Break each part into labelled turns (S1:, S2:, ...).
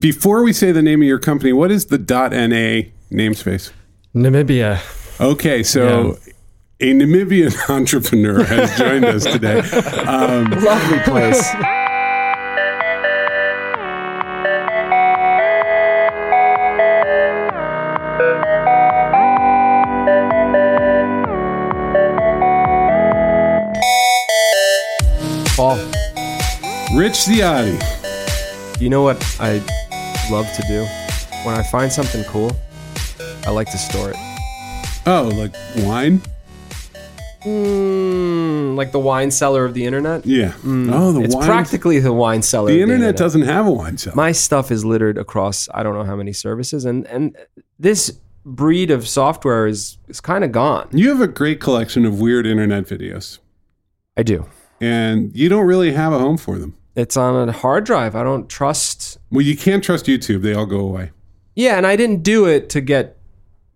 S1: Before we say the name of your company, what is the .na namespace?
S2: Namibia.
S1: Okay, so a Namibian entrepreneur has joined us today. Um,
S3: Lovely place. Paul,
S1: Rich Ziotti.
S3: you know what I love to do? When I find something cool, I like to store it.
S1: Oh, like wine?
S3: Mm, like the wine cellar of the internet.
S1: Yeah. oh, the
S3: it's
S1: wine.
S3: practically the wine cellar.
S1: the
S3: of
S1: internet doesn't have a wine cellar.
S3: My stuff is littered across I don't know how many services, and and this breed of software is is kind of gone.
S1: you have a great collection of weird internet videos,
S3: I do.
S1: and you don't really have a home for them.
S3: It's on a hard drive. I don't trust.
S1: Well, you can't trust YouTube; they all go away.
S3: Yeah, and I didn't do it to get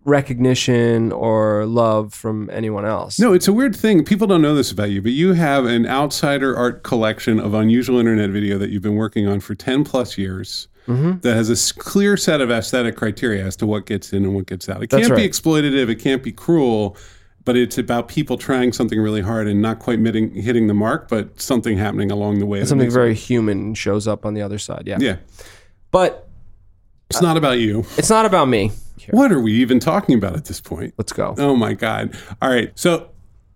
S3: recognition or love from anyone else.
S1: No, it's a weird thing. People don't know this about you, but you have an outsider art collection of unusual internet video that you've been working on for 10 plus years
S3: Mm-hmm.
S1: that has a s- clear set of aesthetic criteria as to what gets in and what gets out. It
S3: That's
S1: can't be
S3: right.
S1: exploitative, it can't be cruel, but it's about people trying something really hard and not quite mitting, hitting the mark, but something happening along the way. that
S3: something
S1: makes-
S3: very human shows up on the other side. Yeah,
S1: Yeah.
S3: but
S1: It's
S3: Uh,
S1: not about you.
S3: it's not about me.
S1: What are we even talking about at this point?
S3: Let's go.
S1: Oh my God. All right. So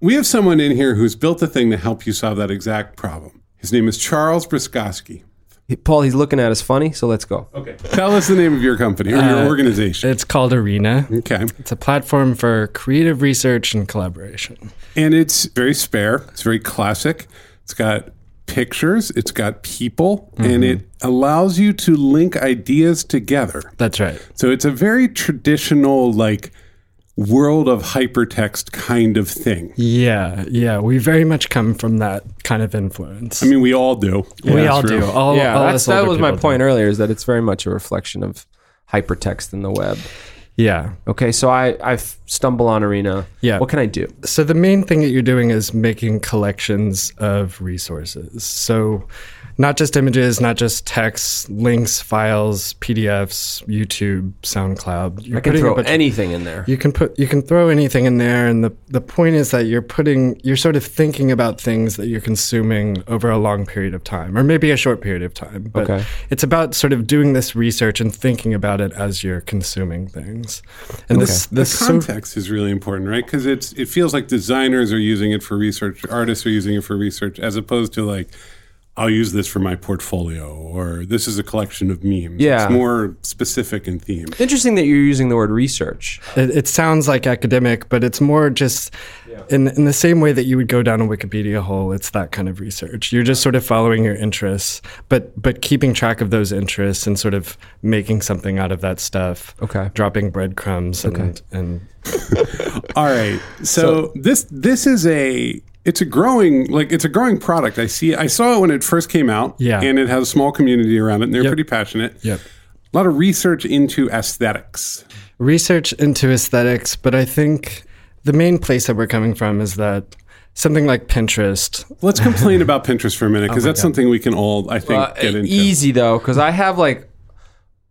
S1: we have someone in here who's built a thing to help you solve that exact problem. His name is Charles Briskowski.
S3: He- Paul, he's looking at us funny, so let's go.
S1: Okay. Tell us the name of your company or
S2: Uh,
S1: your organization.
S2: It's called Arena.
S1: Okay.
S2: It's a platform for creative research and collaboration.
S1: And it's very spare, it's very classic. It's got pictures, it's got people, and it
S2: Mm-hmm.
S1: allows you to link ideas together.
S2: That's right.
S1: So it's a very traditional, like, world of hypertext kind of thing.
S2: Yeah, yeah. We very much come from that kind of influence.
S1: I mean, we all do.
S2: we
S1: Yeah,
S2: all
S1: it's real.
S2: do. All,
S3: yeah,
S2: all
S3: that's,
S2: us
S3: that
S2: older
S3: was my
S2: people do.
S3: point earlier. Is that it's very much a reflection of hypertext in the web.
S2: Yeah.
S3: Okay, so I I f- stumble on Arena.
S2: Yeah.
S3: What can I do?
S2: So the main thing that you're doing is making collections of resources. So not just images, not just texts, links, files, PDFs, YouTube, SoundCloud. You're
S3: I can
S2: putting a
S3: throw
S2: bunch of-
S3: anything in there.
S2: You can put you can throw anything in there and the the point is that you're putting you're sort of thinking about things that you're consuming over a long period of time or maybe a short period of time. But
S3: Okay.
S2: it's about sort of doing this research and thinking about it as you're consuming things. And this
S1: the
S2: this so-
S1: context is really important, right? Because it's it feels like designers are using it for research, artists are using it for research, as opposed to like, I'll use this for my portfolio, or this is a collection of memes.
S3: Yeah.
S1: it's more specific in theme.
S3: Interesting that you're using the word research.
S2: It, it sounds like academic, but it's more just in in the same way that you would go down a Wikipedia hole. It's that kind of research. You're just sort of following your interests, but but keeping track of those interests and sort of making something out of that stuff.
S3: Okay.
S2: dropping breadcrumbs and and
S1: All right, so, this this is a it's a growing like it's a growing product. I see. I saw it when it first came out.
S2: Yeah.
S1: and it has a small community around it, and they're pretty passionate.
S2: Yep.
S1: a lot of research into aesthetics.
S2: research into aesthetics. But I think the main place that we're coming from is that something like Pinterest.
S1: Let's complain about Pinterest for a minute because
S2: Oh
S1: that's something we can all, I think,
S3: Uh,
S1: get into.
S3: easy though, because I have like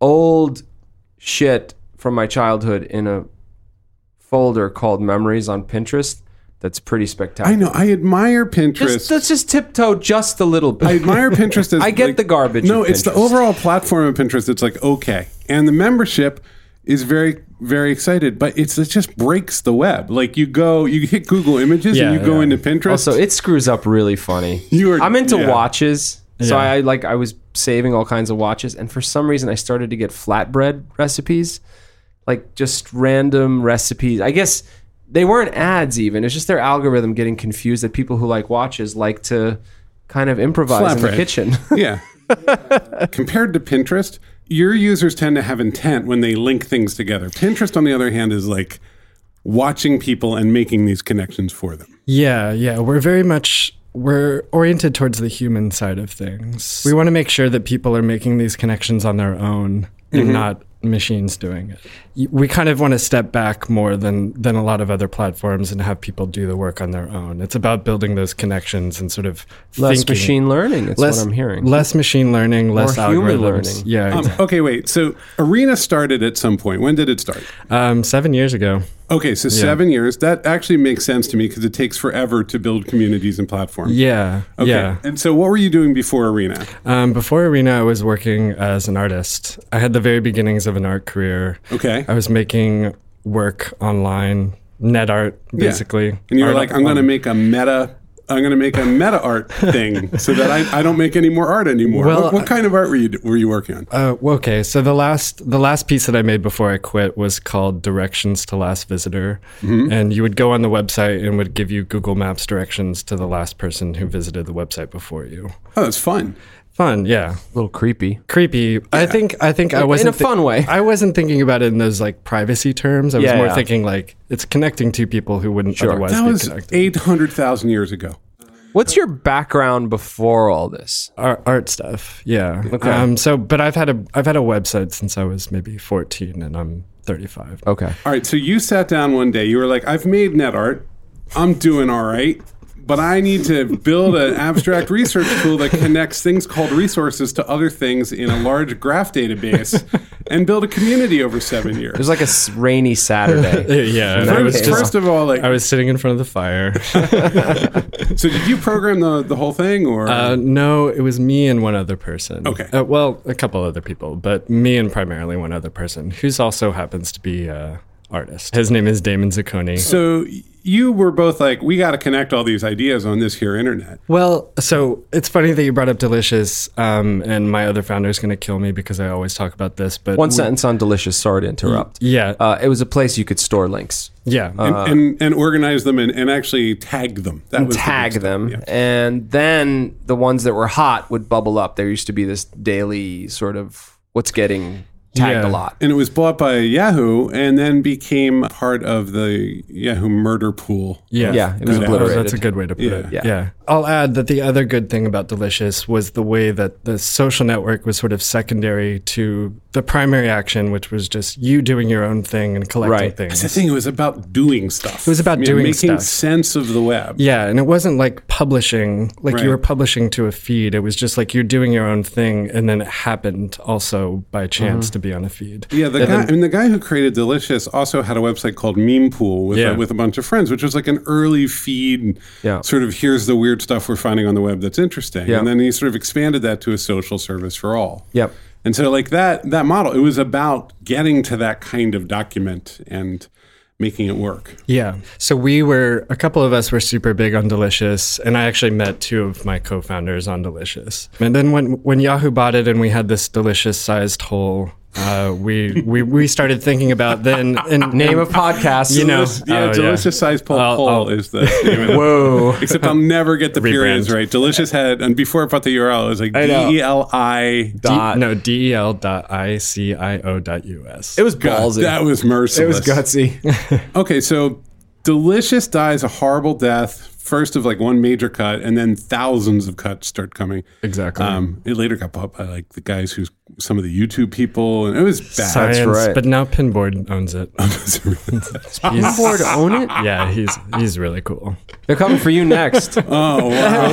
S3: old shit from my childhood in a folder called Memories on Pinterest. That's pretty spectacular.
S1: I know. I admire
S3: Just,
S1: Pinterest.
S3: let's just tiptoe just a little bit.
S1: I admire Pinterest as
S3: I get
S1: like-
S3: the garbage
S1: No,
S3: of
S1: it's the
S3: Pinterest.
S1: overall platform of Pinterest. It's like okay, and the membership is very very excited, but it's it just breaks the web. Like you go, you hit Google Images,
S2: Yeah,
S1: and you go
S2: yeah.
S1: into Pinterest.
S3: Also, it screws up really funny.
S1: You are-
S3: I'm into
S1: yeah.
S3: watches, so
S2: Yeah.
S3: I like I was saving all kinds of watches, and for some reason I started to get flatbread recipes, like just random recipes. I guess they weren't ads even. It's just their algorithm getting confused that people who like watches like to kind of improvise in
S1: Flatbread.
S3: the kitchen.
S1: yeah. Compared to Pinterest, your users tend to have intent when they link things together. Pinterest, on the other hand, is like watching people and making these connections for them.
S2: Yeah, yeah. We're very much we're oriented towards the human
S3: Mm-hmm.
S2: side of things. We want to make sure that people are making these connections on their own and not machines doing it. Y- We kind of want to step back more than than a lot of other platforms and have people do the work on their own. It's about building those connections and sort of
S3: Less
S2: thinking.
S3: machine learning. That's
S2: less
S3: what I'm hearing.
S2: Less machine learning, less
S3: human
S2: algorithms.
S3: learning.
S2: Yeah,
S1: Um,
S2: exactly.
S1: okay, wait. So Arena started at some point. When did it start?
S2: um, seven years ago.
S1: Okay, so seven years. That actually makes sense to me because it takes forever to build communities and platforms.
S2: Yeah,
S1: Okay.
S2: yeah.
S1: And so, what were you doing before Arena?
S2: Um, before Arena, I was working as an artist. I had the very beginnings of an art career.
S1: Okay.
S2: I was making work online, net art, basically.
S1: And you were
S2: Art
S1: like, I'm going to
S2: on-
S1: make a meta. I'm going to make a meta art thing so that I, I don't make any more art anymore.
S2: Well,
S1: what, what kind of art were you were you working on?
S2: Uh, well, okay, so the last the last piece that I made before I quit was called Directions to Last Visitor,
S3: Mm-hmm.
S2: and you would go on the website and would give you Google Maps directions to the last person who visited the website before you.
S1: Oh, that's fun.
S2: Fun, yeah.
S3: a little creepy.
S2: creepy. I think I think I
S3: in
S2: wasn't
S3: a fun way.
S2: I wasn't thinking about it in those like privacy terms. I was
S3: Yeah,
S2: more
S3: yeah.
S2: thinking like it's connecting two people who wouldn't otherwise
S1: That
S2: be
S1: was
S2: connected.
S1: eight hundred thousand years ago.
S3: What's your background before all this?
S2: Art, art stuff, yeah. Okay. Um, so, but I've had a I've had a website since I was maybe fourteen, and I'm thirty five.
S3: Okay.
S1: All right, so you sat down one day. You were like, I've made net art. I'm doing all right, but I need to build an abstract research tool that connects things called resources to other things in a large graph database and build a community over seven
S3: It
S1: years.
S3: was like a s- rainy Saturday.
S2: Yeah, and I was
S1: First,
S3: Okay.
S1: first
S2: just
S1: of all, like,
S2: I was sitting in front of the fire.
S1: so did you program the, the whole thing or?
S2: Uh, no, it was me and one other person.
S1: Okay.
S2: Uh, well, a couple other people, but me and primarily one other person, who's also happens to be a artist. His name is Damon Zacconi.
S1: so you were both like, we got to connect all these ideas on this here internet.
S2: Well, so it's funny that you brought up Delicious, um, and my other founder is going to kill me because I always talk about this. But
S3: One
S2: we-
S3: sentence on Delicious. Sorry to interrupt.
S2: yeah,
S3: Uh, it was a place you could store links.
S2: yeah,
S1: And, and, and organize them and, and actually tag them. That was the big
S3: tag
S1: step,
S3: them,
S1: yeah.
S3: and then the ones that were hot would bubble up. There used to be this daily sort of what's getting tagged
S2: Yeah.
S3: a lot.
S1: and it was bought by Yahoo and then became part of the Yahoo murder pool.
S2: yeah,
S3: yeah, it was
S2: Good. Oh,
S3: obliterated.
S2: That's a good way to put it.
S1: Yeah.
S2: Yeah. I'll add that the other good thing about Delicious was the way that the social network was sort of secondary to the primary action, which was just you doing your own thing and collecting
S3: Right.
S2: things.
S1: That's the thing. It was about doing stuff. It
S2: was about doing
S1: making
S2: stuff.
S1: sense of the web.
S2: Yeah, and it wasn't like publishing, like
S1: Right.
S2: you were publishing to a feed. It was just like you're doing your own thing, and then it happened also by chance to be on a feed.
S1: Yeah, the guy. I mean, the guy who created Delicious also had a website called Meme Pool with
S2: Yeah.
S1: a, with a bunch of friends, which was like an early feed.
S3: Yeah.
S1: Sort of here's the weird stuff we're finding on the web that's interesting,
S3: Yeah.
S1: and then he sort of expanded that to a social service for all.
S3: Yep.
S1: And so, like that that model, it was about getting to that kind of document and making it work.
S2: Yeah. So we were, a couple of us were super big on Delicious, and I actually met two of my co founders on Delicious. And then when, when Yahoo bought it and we had this delicious sized hole, uh, we, we, we started thinking about then. And,
S3: Name of podcast.
S2: You know.
S1: Yeah,
S2: Oh,
S1: delicious size pole
S2: I'll-
S1: pole
S2: I'll-
S1: is the name of the-
S3: Whoa.
S1: Except I'll never get the periods right. Delicious had and before I put the URL, it was like D
S3: know.
S1: E L I
S2: D-
S3: Dot.
S2: no, del dot I C I O dot US.
S3: It was ballsy.
S1: That was merciless.
S3: it was gutsy.
S1: Okay, so Delicious dies a horrible death, first of like one major cut, and then thousands of cuts start coming.
S2: Exactly.
S1: Um, it later got bought by like the guys who's some of the YouTube people, and it was bad.
S2: Science,
S3: right.
S2: But now Pinboard owns it. He's-
S3: Board own it.
S2: yeah, he's he's really cool.
S3: They're coming for you next.
S1: oh wow.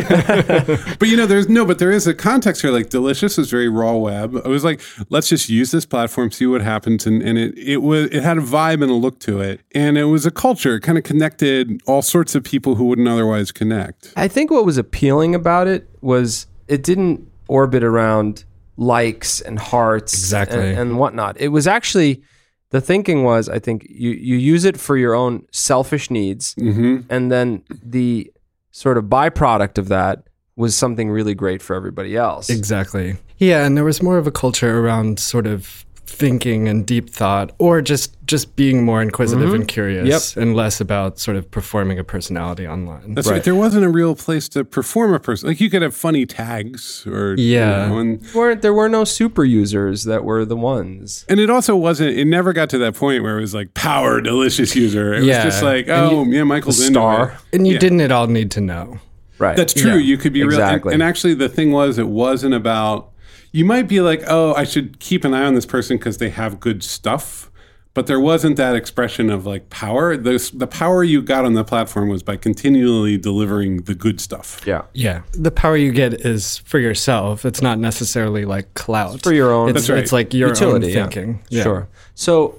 S1: But you know, there's no, but there is a context here. Like, Delicious was very raw web. It was like, let's just use this platform, see what happens, and and it it was it had a vibe and a look to it, and it was a culture. It kind of connected all sorts of people who wouldn't otherwise connect.
S3: I think what was appealing about it was it didn't orbit around likes and hearts
S2: Exactly.
S3: and, and whatnot. It was actually the thinking was I think you you use it for your own selfish needs, and then the sort of byproduct of that was something really great for everybody else.
S2: exactly. Yeah, and there was more of a culture around sort of thinking and deep thought, or just just being more inquisitive
S1: Mm-hmm.
S2: and curious, and less about sort of performing a personality online.
S1: That's right. There wasn't a real place to perform a person. Like, you could have funny tags or you
S2: Yeah.
S1: know, and
S3: There weren't there were no super users that were the ones.
S1: and it also wasn't. It never got to that point where it was like power Delicious user. It
S2: Yeah.
S1: was just like,
S2: And
S1: oh yeah, Michael's into
S3: star.
S1: it.
S2: And you
S1: Yeah.
S2: didn't at all need to know.
S3: Right.
S1: That's true.
S2: Yeah,
S1: you could be real. and-
S3: exactly.
S1: And, actually, the thing was, it wasn't about. you might be like, oh, I should keep an eye on this person because they have good stuff. But there wasn't that expression of like power. The, the power you got on the platform was by continually delivering the good stuff.
S3: Yeah.
S2: Yeah. The power you get is for yourself. It's not necessarily like clout.
S3: for your own-
S2: It's,
S1: That's right.
S2: it's like your
S3: Utility,
S2: own
S3: yeah.
S2: thinking.
S3: Sure. So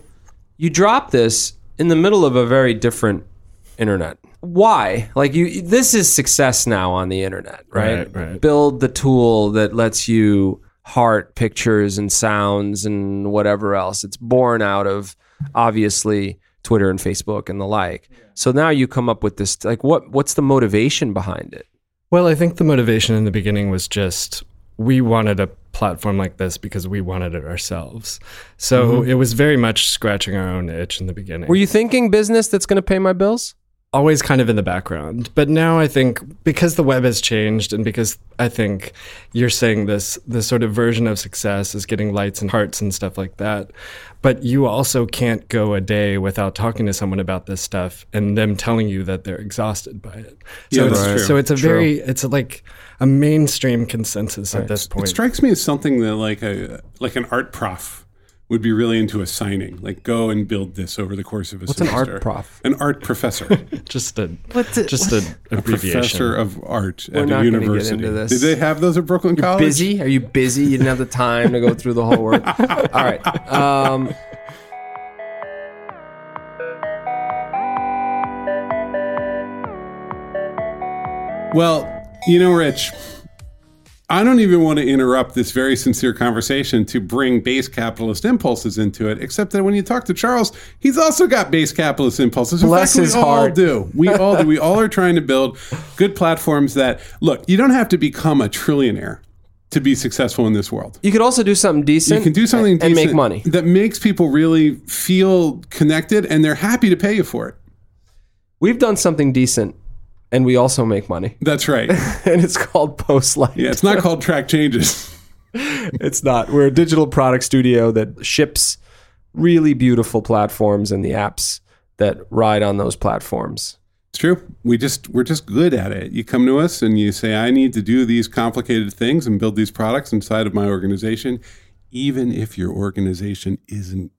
S3: you drop this in the middle of a very different internet. Why? Like you this is success now on the internet, right?
S2: Right, right.
S3: Build the tool that lets you heart pictures and sounds and whatever else. It's born out of obviously Twitter and Facebook and the like. So now you come up with this like what what's the motivation behind it?
S2: Well, I think the motivation in the beginning was just we wanted a platform like this because we wanted it ourselves. So it was very much scratching our own itch in the beginning.
S3: Were you thinking business that's going to pay my bills?
S2: always kind of in the background. But now I think because the web has changed and because I think you're saying this this sort of version of success is getting lights and hearts and stuff like that. But you also can't go a day without talking to someone about this stuff and them telling you that they're exhausted by it. So
S1: Yeah,
S2: it's,
S1: that's true.
S2: so it's a very it's like a mainstream consensus at this
S1: It
S2: point.
S1: strikes me as something that like a like an art prof would be really into assigning. Like go and build this over the course of a
S3: What's an
S1: semester.
S3: art prof?
S1: An art professor.
S2: just a just an abbreviation.
S1: professor of art
S3: We're
S1: at
S3: not
S1: a
S3: gonna get
S1: university.
S3: into this.
S1: Did they have those at Brooklyn College?
S3: busy? Are you busy? You didn't have the time to go through the whole work. All right. Um,
S1: Well, you know, Rich, I don't even want to interrupt this very sincere conversation to bring base capitalist impulses into it, except that when you talk to Charles, he's also got base capitalist impulses. In
S3: Bless
S1: fact,
S3: his
S1: we all
S3: heart.
S1: do. We all do. We all are trying to build good platforms that look, you don't have to become a trillionaire to be successful in this world.
S3: you could also do something decent.
S1: You can do something
S3: and make
S1: decent
S3: money.
S1: that makes people really feel connected and they're happy to pay you for it.
S3: We've done something decent, and we also make money.
S1: That's right.
S3: and it's called Postlight.
S1: Yeah, it's not called track changes.
S3: It's not. We're a digital product studio that ships really beautiful platforms and the apps that ride on those platforms.
S1: It's true. We just we're just good at it. You come to us and you say, "I need to do these complicated things and build these products inside of my organization," even if your organization isn't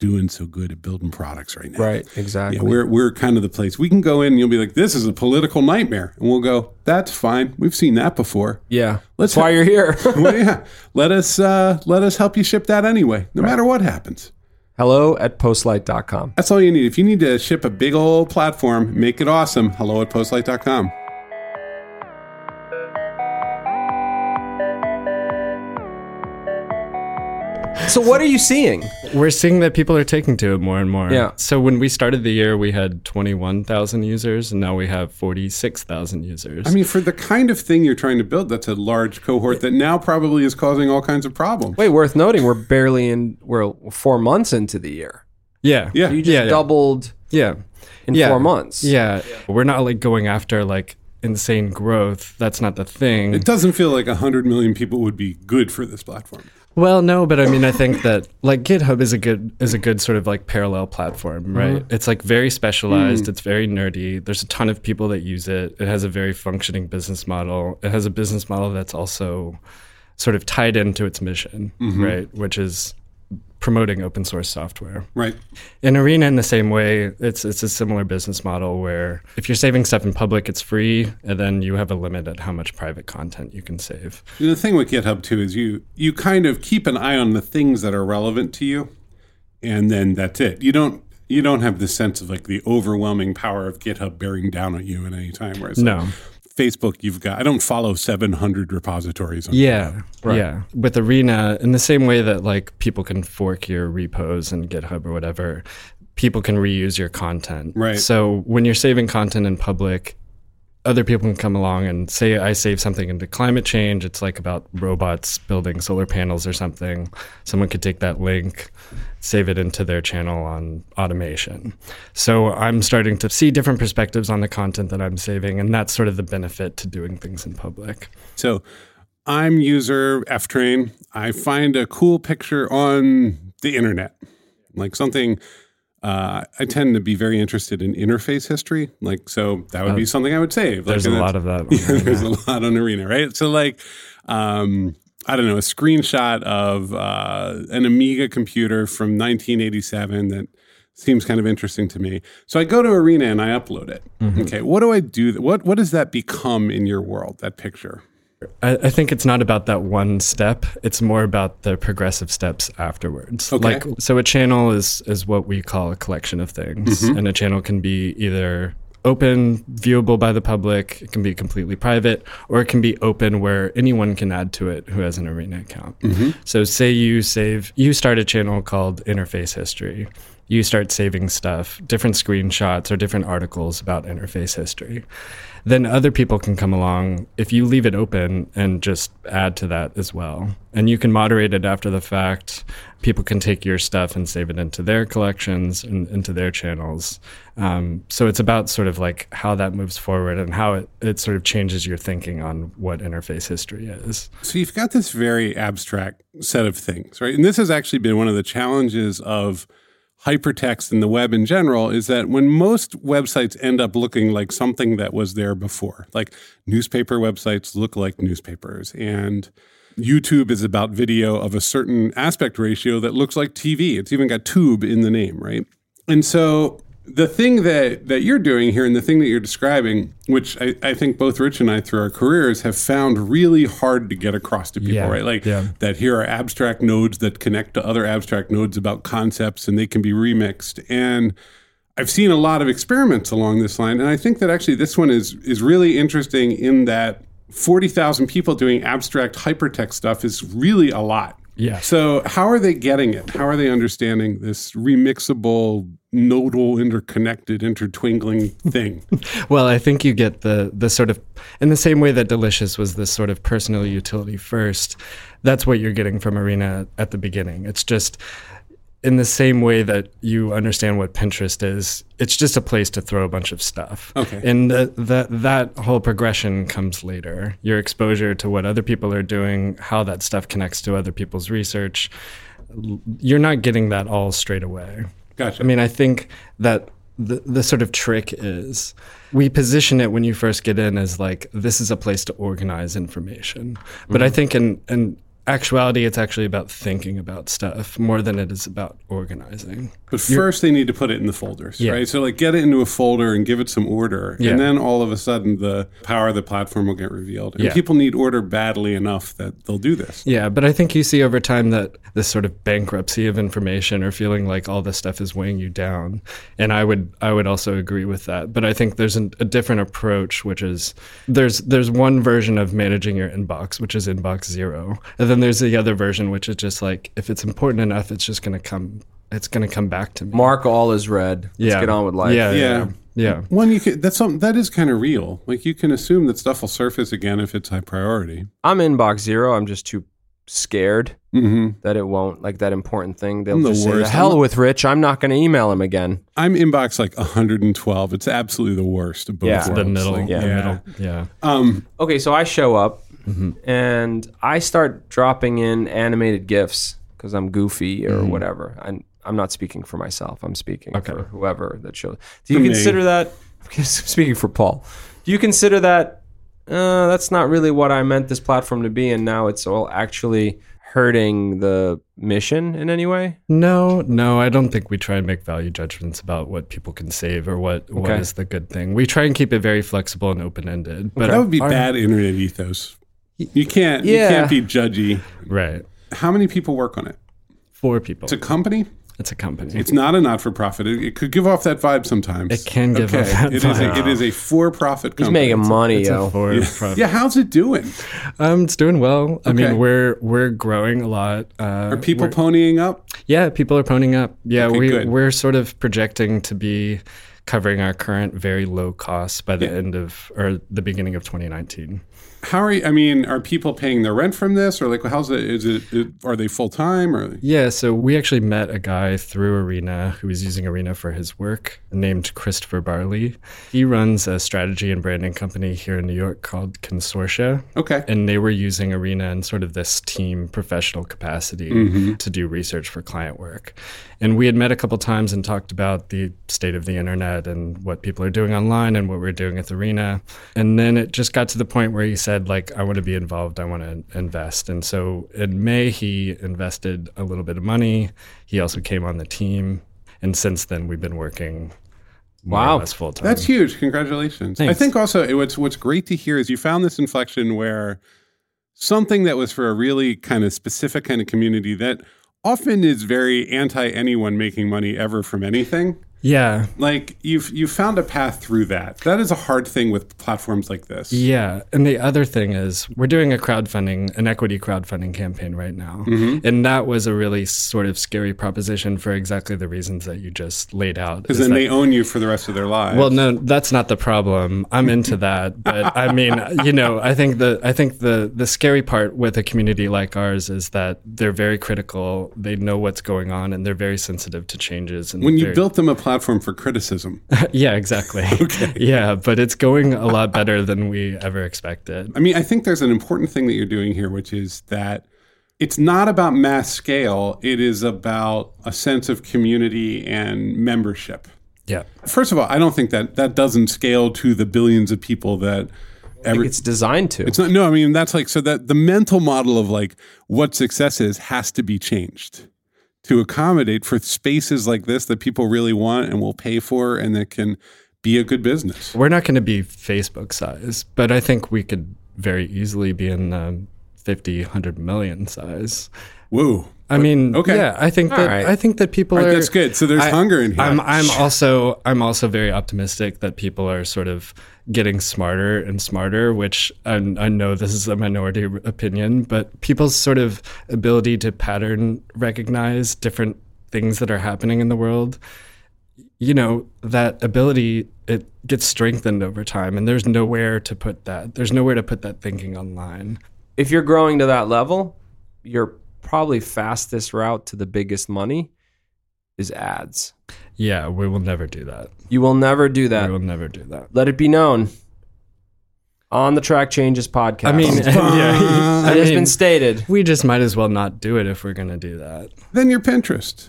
S1: doing so good at building products right now.
S3: Exactly.
S1: Yeah, we're we're kind of the place we can go in and you'll be like, "This is a political nightmare," and we'll go, "That's fine. We've seen that before."
S3: yeah.
S1: Let's-
S3: That's why you're here.
S1: well, yeah. Let us uh, let us help you ship that anyway, no matter what happens.
S3: Hello at postlight.com.
S1: That's all you need. If you need to ship a big old platform, make it awesome. Hello at postlight.com.
S3: So, what are you seeing?
S2: We're seeing that people are taking to it more and more.
S3: Yeah.
S2: So when we started the year, we had 21,000 users, and now we have 46,000 users.
S1: I mean, for the kind of thing you're trying to build, that's a large cohort that now probably is causing all kinds of problems.
S3: Wait, worth noting, we're barely in, we're four months into the year.
S2: yeah.
S1: Yeah.
S3: You just
S2: Yeah, yeah.
S3: doubled
S2: Yeah.
S3: in
S2: Yeah.
S3: four months.
S2: Yeah. We're not like going after like insane growth. That's not the thing.
S1: It doesn't feel like 100 million people would be good for this platform.
S2: Well, no, but I mean, I think that like GitHub is a good is a good sort of like parallel platform, right? It's like very specialized. It's very nerdy. There's a ton of people that use it. It has a very functioning business model. It has a business model that's also sort of tied into its mission, right? Which is promoting open source software.
S1: Right.
S2: In Arena, in the same way, it's it's a similar business model where if you're saving stuff in public, it's free, and then you have a limit at how much private content you can save.
S1: You know, the thing with GitHub too is you you kind of keep an eye on the things that are relevant to you, and then that's it. You don't you don't have the sense of like the overwhelming power of GitHub bearing down on you at any time. Whereas like,
S2: No.
S1: Facebook, you've got I don't follow 700 repositories. On
S2: Yeah, yeah. With Arena, in the same way that like people can fork your repos in GitHub or whatever, people can reuse your content.
S1: Right.
S2: So when you're saving content in public, other people can come along and say, "I save something into climate change." It's like about robots building solar panels or something. Someone could take that link, save it into their channel on automation. So I'm starting to see different perspectives on the content that I'm saving, and that's sort of the benefit to doing things in public.
S1: So I'm user F train. I find a cool picture on the internet, like something. Uh, I tend to be very interested in interface history, like so that would be something I would save.
S2: There's a lot of that. on
S1: there's a lot on Arena, right? So like, um, I don't know, a screenshot of uh, an Amiga computer from 1987 that seems kind of interesting to me. So I go to Arena and I upload it. Okay, what do I do? What what does that become in your world? That picture.
S2: I, I think it's not about that one step. It's more about the progressive steps afterwards.
S1: Okay.
S2: Like so a channel is is what we call a collection of things. And a channel can be either open, viewable by the public, it can be completely private, or it can be open where anyone can add to it who has an arena account. So say you save you start a channel called Interface History. You start saving stuff, different screenshots or different articles about interface history then other people can come along if you leave it open and just add to that as well. And you can moderate it after the fact. People can take your stuff and save it into their collections and into their channels. Um, so it's about sort of like how that moves forward and how it, it sort of changes your thinking on what interface history is.
S1: So you've got this very abstract set of things, right? And this has actually been one of the challenges of hypertext in the web in general is that when most websites end up looking like something that was there before, like newspaper websites look like newspapers and YouTube is about video of a certain aspect ratio that looks like TV. It's even got tube in the name, right? And so the thing that that you're doing here and the thing that you're describing, which I, I think both Rich and I through our careers have found really hard to get across to people,
S2: Yeah,
S1: right? Like
S2: yeah.
S1: that here are abstract nodes that connect to other abstract nodes about concepts and they can be remixed. And I've seen a lot of experiments along this line, and I think that actually this one is is really interesting in that forty thousand people doing abstract hypertext stuff is really a lot.
S2: Yeah.
S1: So how are they getting it? How are they understanding this remixable, nodal, interconnected, intertwinkling thing?
S2: Well, I think you get the the sort of in the same way that Delicious was this sort of personal utility first. That's what you're getting from Arena at the beginning. It's just in the same way that you understand what Pinterest is, it's just a place to throw a bunch of stuff.
S1: Okay.
S2: And the, the, that whole progression comes later. Your exposure to what other people are doing, how that stuff connects to other people's research. L- You're not getting that all straight away.
S1: Gotcha.
S2: I mean, I think that the, the sort of trick is we position it when you first get in as like, this is a place to organize information. But I think in, in actuality, it's actually about thinking about stuff more than it is about organizing.
S1: But first, they need to put it in the folders,
S2: Yeah.
S1: right? So, like, get it into a folder and give it some order,
S2: Yeah.
S1: and then all of a sudden, the power of the platform will get revealed. And
S2: Yeah.
S1: people need order badly enough that they'll do this.
S2: Yeah, but I think you see over time that this sort of bankruptcy of information or feeling like all this stuff is weighing you down, and I would I would also agree with that. But I think there's an, a different approach, which is there's there's one version of managing your inbox, which is inbox zero, and then there's the other version, which is just like if it's important enough, it's just gonna come it's gonna come back to me.
S3: Mark all is red. Let's
S2: Yeah.
S3: get on with life.
S2: Yeah,
S1: Yeah.
S2: yeah, yeah.
S1: One, you can, that's something that is kind of real. Like, you can assume that stuff will surface again if it's high priority.
S3: I'm in box zero. I'm just too scared
S1: hmm
S3: that it won't like that important thing. They'll
S1: I'm the
S3: just say the
S1: worst.
S3: hell
S1: I'm-
S3: with Rich. I'm not going to email him again.
S1: I'm inbox like 112. It's absolutely the worst of both
S3: Yeah.
S2: The
S1: worlds.
S2: middle,
S1: Like,
S2: yeah. the
S1: yeah.
S2: middle, yeah.
S1: Um,
S3: Okay, so I show up
S1: Mm-hmm.
S3: and I start dropping in animated gifs because I'm goofy
S1: Mm-hmm.
S3: or whatever. I'm I'm not speaking for myself. I'm speaking for whoever that shows. Do you
S1: For me.
S3: consider that? I'm speaking for Paul. Do you consider that? Uh, that's not really what I meant this platform to be, and now it's all actually hurting the mission in any way.
S2: No, no, I don't think we try and make value judgments about what people can save or what what
S3: Okay.
S2: is the good thing. We try and keep it very flexible and open ended. But
S1: that would be
S2: our-
S1: bad internet ethos. You can't.
S3: Yeah.
S1: You can't be judgy.
S2: Right.
S1: How many people work on it?
S2: Four people.
S1: It's a company.
S2: It's a company.
S1: It's not a not-for-profit. It, it could give off that vibe sometimes.
S2: It can give off that
S1: It is a,
S2: vibe.
S1: it is a for-profit company.
S3: He's making money,
S2: It's
S3: yo.
S2: a for profit.
S1: Yeah, how's it doing?
S2: Um, it's doing well. I
S1: Okay.
S2: mean, we're we're growing a lot. Uh,
S1: Are people ponying up?
S2: yeah, people are phoning up. Yeah,
S1: Okay,
S2: we
S1: good.
S2: we're sort of projecting to be covering our current very low costs by the end of or the beginning of 2019.
S1: How are you, I mean, are people paying their rent from this, or like, how's it? Is it? it- are they full time or?
S2: Yeah, so we actually met a guy through Arena who was using Arena for his work named Christopher Barley. He runs a strategy and branding company here in New York called Consortia.
S1: Okay.
S2: And they were using Arena in sort of this team professional capacity to do research for client work. And we had met a couple times and talked about the state of the internet and what people are doing online and what we're doing at the Arena. And then it just got to the point where already said like I want to be involved, I want to invest. And so in May he invested a little bit of money. He also came on the team, and since then we've been working more
S3: Wow.
S2: or less full time.
S1: That's huge. Congratulations. I
S2: Thanks.
S1: think also it- what's what's great to hear is you found this inflection where something that was for a really kind of specific kind of community that often is very anti anyone making money ever from anything.
S2: yeah.
S1: Like you've you found a path through that. That is a hard thing with platforms like this.
S2: Yeah. And the other thing is, we're doing a crowdfunding, an equity crowdfunding campaign right now.
S1: Mm-hmm.
S2: And that was a really sort of scary proposition for exactly the reasons that you just laid out.
S1: Because
S2: is
S1: then
S2: that-
S1: they own you for the rest of their lives.
S2: well, no, that's not the problem. I'm into that, but I mean, you know, I think the I think the the scary part with a community like ours is that they're very critical. They know what's going on, and they're very sensitive to changes. And
S1: when you
S2: very-
S1: built them a platform for criticism.
S2: yeah, exactly, yeah, but it's going a lot better than we ever expected.
S1: I mean, I think there's an important thing that you're doing here, which is that it's not about mass scale, it is about a sense of community and membership.
S2: Yeah.
S1: First of all, I don't think that that doesn't scale to the billions of people that every
S3: It's designed to.
S1: it's not, no, I mean that's like so that the mental model of like what success is has to be changed to accommodate for spaces like this that people really want and will pay for and that can be a good business.
S2: We're not going to be Facebook size, but I think we could very easily be in the 50, 100 million size.
S1: Whoa.
S2: I mean,
S1: okay.
S2: yeah, I think that
S3: right.
S2: I think that people
S1: All
S2: are
S1: right, that's good. So there's
S2: I-
S1: hunger in here.
S2: I'm I'm also I'm also very optimistic that people are sort of getting smarter and smarter, which I, I know this is a minority r- opinion, but people's sort of ability to pattern recognize different things that are happening in the world you know that ability it gets strengthened over time and there's nowhere to put that there's nowhere to put that thinking online
S3: if you're growing to that level, your probably fastest route to the biggest money is ads.
S2: yeah we will never do that
S3: You will never do
S2: we
S3: that.
S2: will never do that
S3: Let it be known. On the track changes podcast.
S2: i mean yeah,
S3: it
S2: I
S3: has
S2: mean,
S3: been stated.
S2: we just might as well not do it if we're going to do that
S1: then you're Pinterest.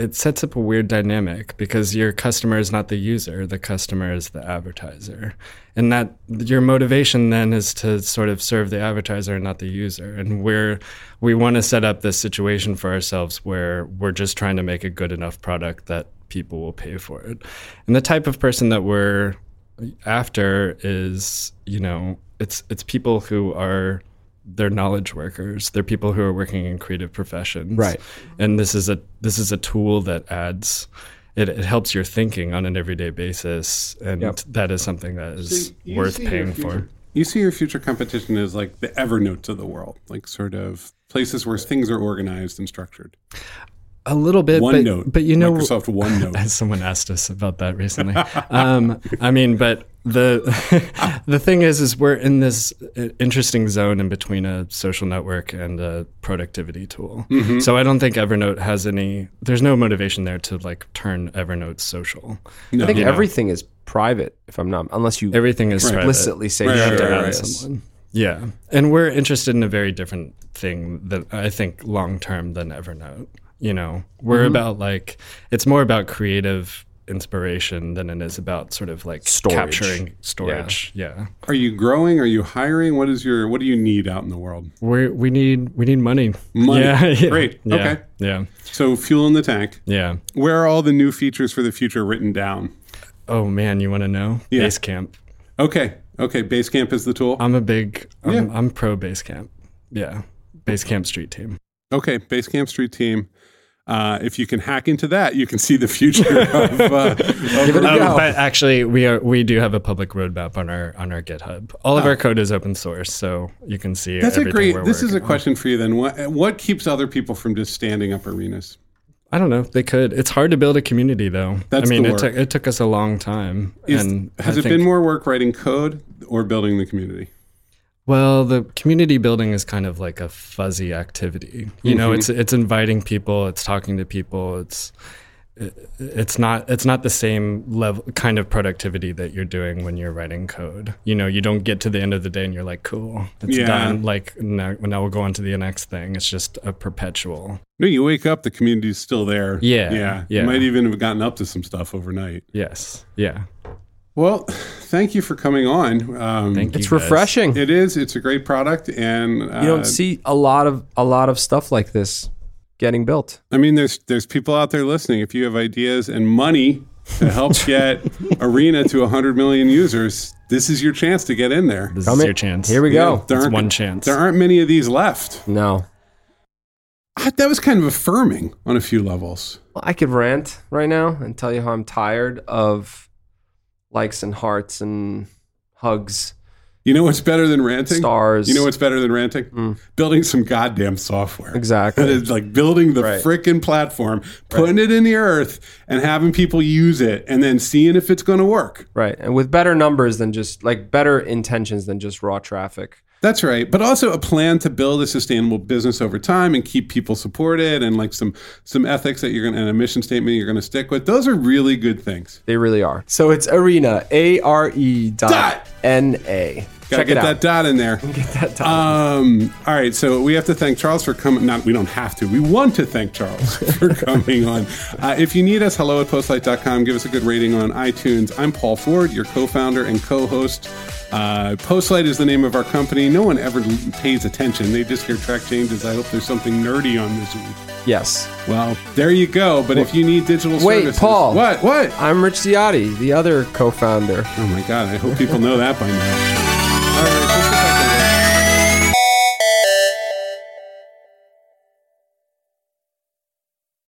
S2: it sets up a weird dynamic because your customer is not the user the customer is the advertiser and that your motivation then is to sort of serve the advertiser and not the user and we're we want to set up this situation for ourselves where we're just trying to make a good enough product that people will pay for it and the type of person that we're after is you know it's it's people who are they're knowledge workers they're people who are working in creative professions
S3: Right.
S2: and this is a this is a tool that adds it, it helps your thinking on an everyday basis and
S3: Yep.
S2: that is something that is worth paying for
S1: You see your future competition as like the Evernotes of the world, like sort of places where things are organized and structured.
S2: a little bit
S1: OneNote,
S2: but, but you know
S1: Microsoft OneNote.
S2: as someone asked us about that recently. um, I mean, but the the thing is, is we're in this uh, interesting zone in between a social network and a productivity tool. So I don't think Evernote has any. There's no motivation there to like turn Evernote social.
S3: I think
S2: You know,
S3: everything is private, if I'm not, unless you
S2: everything is private.
S3: explicitly say
S1: Right,
S3: you have
S1: right,
S3: to
S1: right,
S3: have
S1: right.
S3: this.
S2: Yeah, and we're interested in a very different thing that I think long term than Evernote. You know, we're
S1: Mm-hmm.
S2: about like it's more about creative inspiration than it is about sort of like
S3: Storage.
S2: capturing storage. Yeah,
S1: Are you growing? Are you hiring? What is your what do you need out in the world?
S2: we we need we need money.
S1: Money.
S2: Yeah, yeah.
S1: Great.
S2: Yeah.
S1: Okay.
S2: Yeah.
S1: So fuel in the tank.
S2: Yeah.
S1: Where are all the new features for the future written down?
S2: Oh man, you want to know
S1: Yeah.
S2: Basecamp?
S1: Okay. Okay. Basecamp is the tool.
S2: I'm a big. I'm,
S1: Yeah.
S2: I'm pro Basecamp. Yeah. Basecamp Street Team.
S1: Okay. Basecamp Street Team. Uh, if you can hack into that, you can see the future of, uh, of
S3: it a
S2: Oh,
S3: go.
S2: but actually, we are we do have a public roadmap on our on our GitHub. All of our code is open source, so you can see.
S1: Ah. That's a
S2: everything
S1: great.
S2: we're
S1: This is a
S2: working on.
S1: question for you then. What what keeps other people from just standing up arenas?
S2: I don't know. They could. It's hard to build a community, though.
S1: That's
S2: I mean,
S1: the
S2: it
S1: work.
S2: took it took us a long time.
S1: Is-
S2: and
S1: has
S2: I
S1: it
S2: think-
S1: been more work writing code or building the community?
S2: Well, the community building is kind of like a fuzzy activity. You know,
S3: Mm-hmm.
S2: it's it's inviting people, it's talking to people, it's it- it's not it's not the same level kind of productivity that you're doing when you're writing code. You know, you don't get to the end of the day and you're like, cool, it's
S1: Yeah.
S2: done. Like now, now we'll go on to the next thing. It's just a perpetual.
S1: No, you wake up, the community's still there.
S2: Yeah,
S1: yeah, You
S2: yeah.
S1: might even have gotten up to some stuff overnight.
S2: Yes. Yeah.
S1: Well, thank you for coming on. Um,
S2: Thank you.
S3: It's
S2: guys.
S3: refreshing.
S1: It is. It's a great product, and uh,
S3: you don't see a lot of a lot of stuff like this getting built.
S1: I mean, there's there's people out there listening. If you have ideas and money to help get Arena to 100 million users, this is your chance to get in there.
S2: This
S3: Come
S2: is
S3: in-
S2: your chance.
S3: Here we go.
S1: there
S2: It's
S1: aren't-
S2: one chance.
S1: There aren't many of these left.
S3: No,
S1: I- Ah, that was kind of affirming on a few levels.
S3: Well, I could rant right now and tell you how I'm tired of likes and hearts and hugs,
S1: You know what's better than ranting?
S3: stars.
S1: You know what's better than ranting? Building some goddamn software. That
S3: Hmm. exactly.
S1: is like building the
S3: Right.
S1: frickin' platform, putting it in the earth, and having people use it, and then seeing if it's going to work.
S3: Right. And with better numbers than just like better intentions than just raw traffic.
S1: That's right. But also a plan to build a sustainable business over time and keep people supported, and like some some ethics that you're going to, and a mission statement you're going to stick with. Those are really good things.
S3: They really are. So it's arena, A R E dot N A.
S1: Gotta
S3: Check
S1: get
S3: it
S1: that
S3: out.
S1: dot in there.
S3: Get that dot.
S1: Um, all right, so we have to thank Charles for coming. Not we don't have to. We want to thank Charles for coming on. Uh, if you need us, hello at postlight.com. Give us a good rating on iTunes. I'm Paul Ford, your co-founder and co-host. Uh, Postlight is the name of our company. No one ever l- pays attention. They just hear track changes. I hope there's something nerdy on this week.
S3: yes.
S1: Well, there you go. But if you need digital
S3: Wait,
S1: services,
S3: Paul.
S1: what? What?
S3: I'm Rich Ciotti, the other co founder.
S1: Oh my God! I hope people know that by now. All right, let's-